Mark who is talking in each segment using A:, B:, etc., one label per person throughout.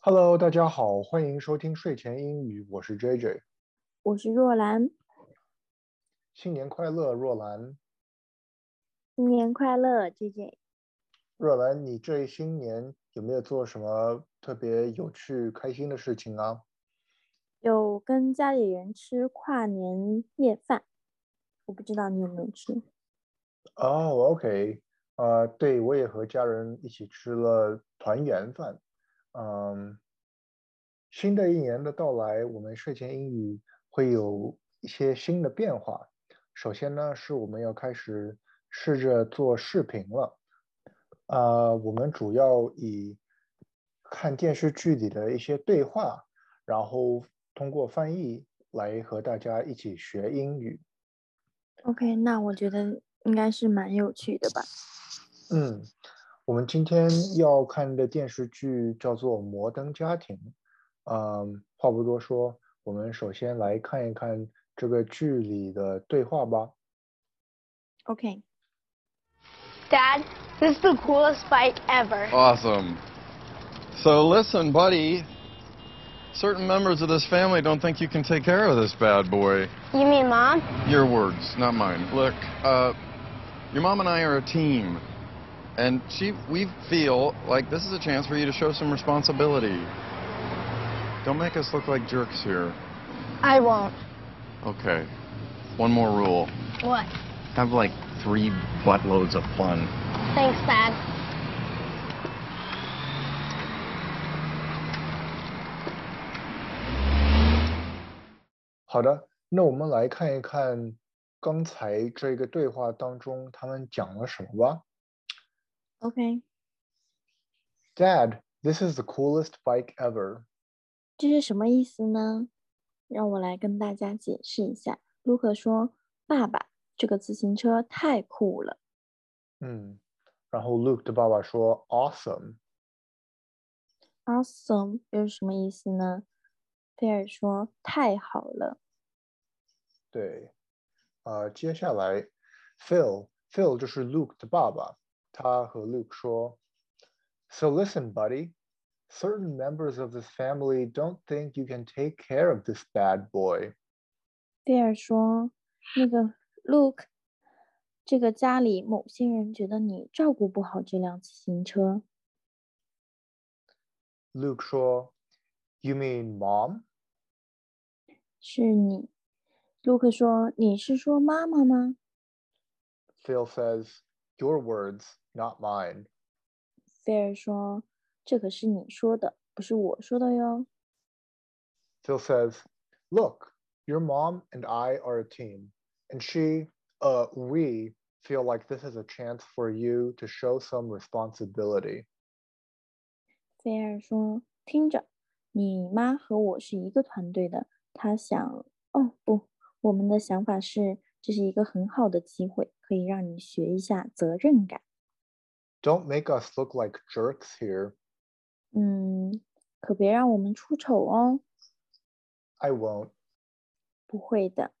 A: Hello，大家好，欢迎收听睡前英语，我是 JJ。
B: 我是若兰，
A: 新年快乐，若兰。
B: 新年快乐，J J。
A: 若兰，你这新年有没有做什么特别有趣、开心的事情啊？
B: 有跟家里人吃跨年夜饭，我不知道你有没有吃。
A: 哦、o k 呃，对，我也和家人一起吃了团圆饭。嗯，新的一年的到来，我们睡前英语会有一些新的变化。首先呢，是我们要开始试着做视频了。啊，我们主要以看电视剧里的一些对话，然后通过翻译来和大家一起学英语。
B: OK，那我觉得应该是蛮有趣的吧。
A: 嗯，我们今天要看的电视剧叫做《摩登家庭》。嗯，话不多说，我们首先来看一看这个剧里的对话吧。
B: OK，
C: Dad, this is the coolest bike ever.
D: Awesome. So listen, buddy. Certain members of this family don't think you can take care of this bad boy.
C: You mean mom?
D: Your words, not mine. Look, uh, your mom and I are a team, and she we feel like this is a chance for you to show some responsibility. Don't make us look like jerks here.
C: I won't.
D: Okay. One more rule.
C: What?
D: Have like three buttloads of fun.
C: Thanks, Dad.
A: 好的，那我们来看一看刚才这个对话当中他们讲了什么吧。
B: OK，
A: Dad, this is the coolest bike ever.
B: 这是什么意思呢？让我来跟大家解释一下。卢克说：“爸爸，这个自行车太酷了。
A: 嗯，然后 Luke 的爸爸说 “awesome”，
B: ”Awesome 又是什么意思呢？菲尔说：“太好了。
A: 对，呃，接下来 Phil Phil 就是 Luke 的爸爸，他和 Luke 说：“So listen, buddy, certain members of this family don't think you can take care of this bad boy。”
B: 菲尔说：“那个 Look，这个家里某些人觉得你照顾不好这辆自行车。
A: Luke 说：“You mean mom？”
B: 是你。”Luke 说：“你是说妈妈吗
A: Phil says, "Your words, not mine."？”
B: 菲尔说：“这可是你说的，不是我说的哟。
A: Phil says, Look, your mom and I are a team, and she, uh, we feel like this is a chance for you to show some responsibility. ”
B: 菲尔说：“听着，你妈和我是一个团队的。”他想：“哦，不，我们的想法是，这是一个很好的机会，可以让你学一下责任感。
A: Don't make us look like jerks here.
B: 嗯，可别让我们出丑哦。
A: I won't.
B: 不会的。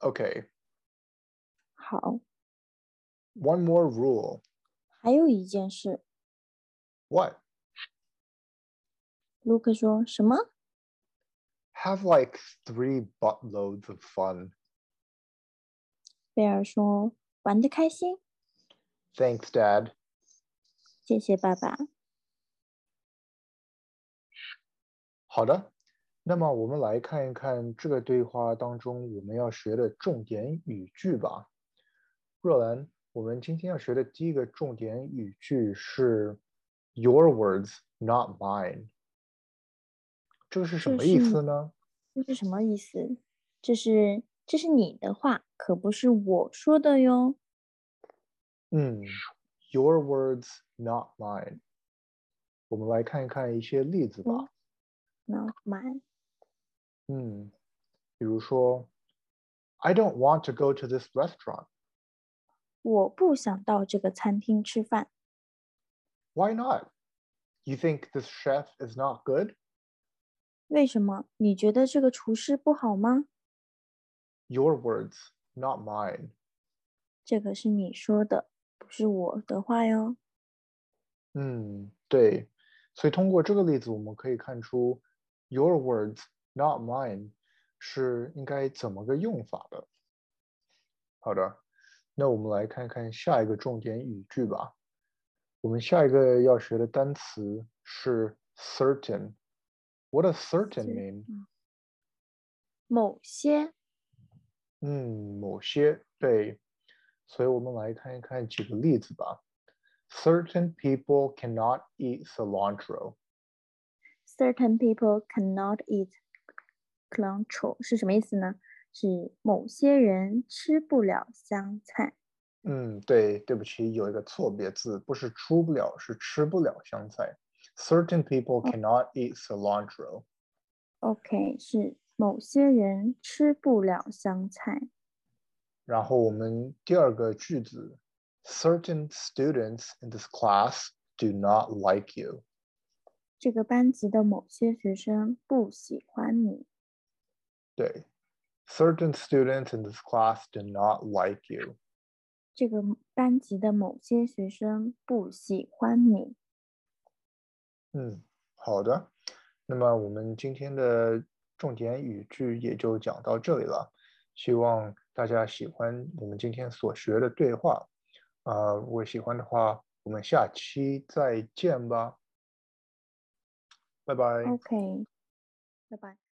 A: Okay,
B: 好，
A: one more rule.
B: 还有一件事，
A: What?
B: 卢克说什么？
A: Have like three buttloads of fun.
B: 贝尔说玩得开心，
A: Thanks, Dad.
B: 谢谢爸爸。
A: 好的，那么我们来看一看这个对话当中我们要学的重点语句吧。若兰，我们今天要学的第一个重点语句是 “Your words, not mine”，这个是什
B: 这
A: 么意
B: 是
A: 思呢？
B: 这是什么意思？这是这是你的话，可不是我说的哟。
A: 嗯，“Your words, not mine”，我们来看一看一些例子吧。
B: 嗯那买
A: 嗯，比如说，“I don't want to go to this restaurant.
B: 我不想到这个餐厅吃饭。
A: Why not? You think this chef is not good?
B: 为什么？你觉得这个厨师不好吗？
A: Your words, not mine.”
B: 这可是你说的，不是我的话哟。
A: 嗯，对，所以通过这个例子，我们可以看出 your words not mine 是应该怎么个用法的。好的，那我们来看看下一个重点语句吧。我们下一个要学的单词是 certain。What does certain mean？
B: 某些
A: 嗯，某些对，所以我们来看一看几个例子吧。Certain people cannot eat cilantro。
B: certain people cannot eat cilantro 是什么意思呢？是某些人吃不了香菜。
A: 嗯，对，对不起，有一个错别字，不是出不了，是吃不了香菜。Certain people cannot eat cilantro。
B: OK，是某些人吃不了香菜。
A: 然后我们第二个句子，Certain students in this class do not like you。
B: 这个班级的某些学生不喜欢你。
A: 对，Certain students in this class do not like you。
B: 这个班级的某些学生不喜欢你。
A: 嗯，好的。那么我们今天的重点语句也就讲到这里了。希望大家喜欢我们今天所学的对话。啊、如果喜欢的话，我们下期再见吧。拜拜。
B: OK，拜拜。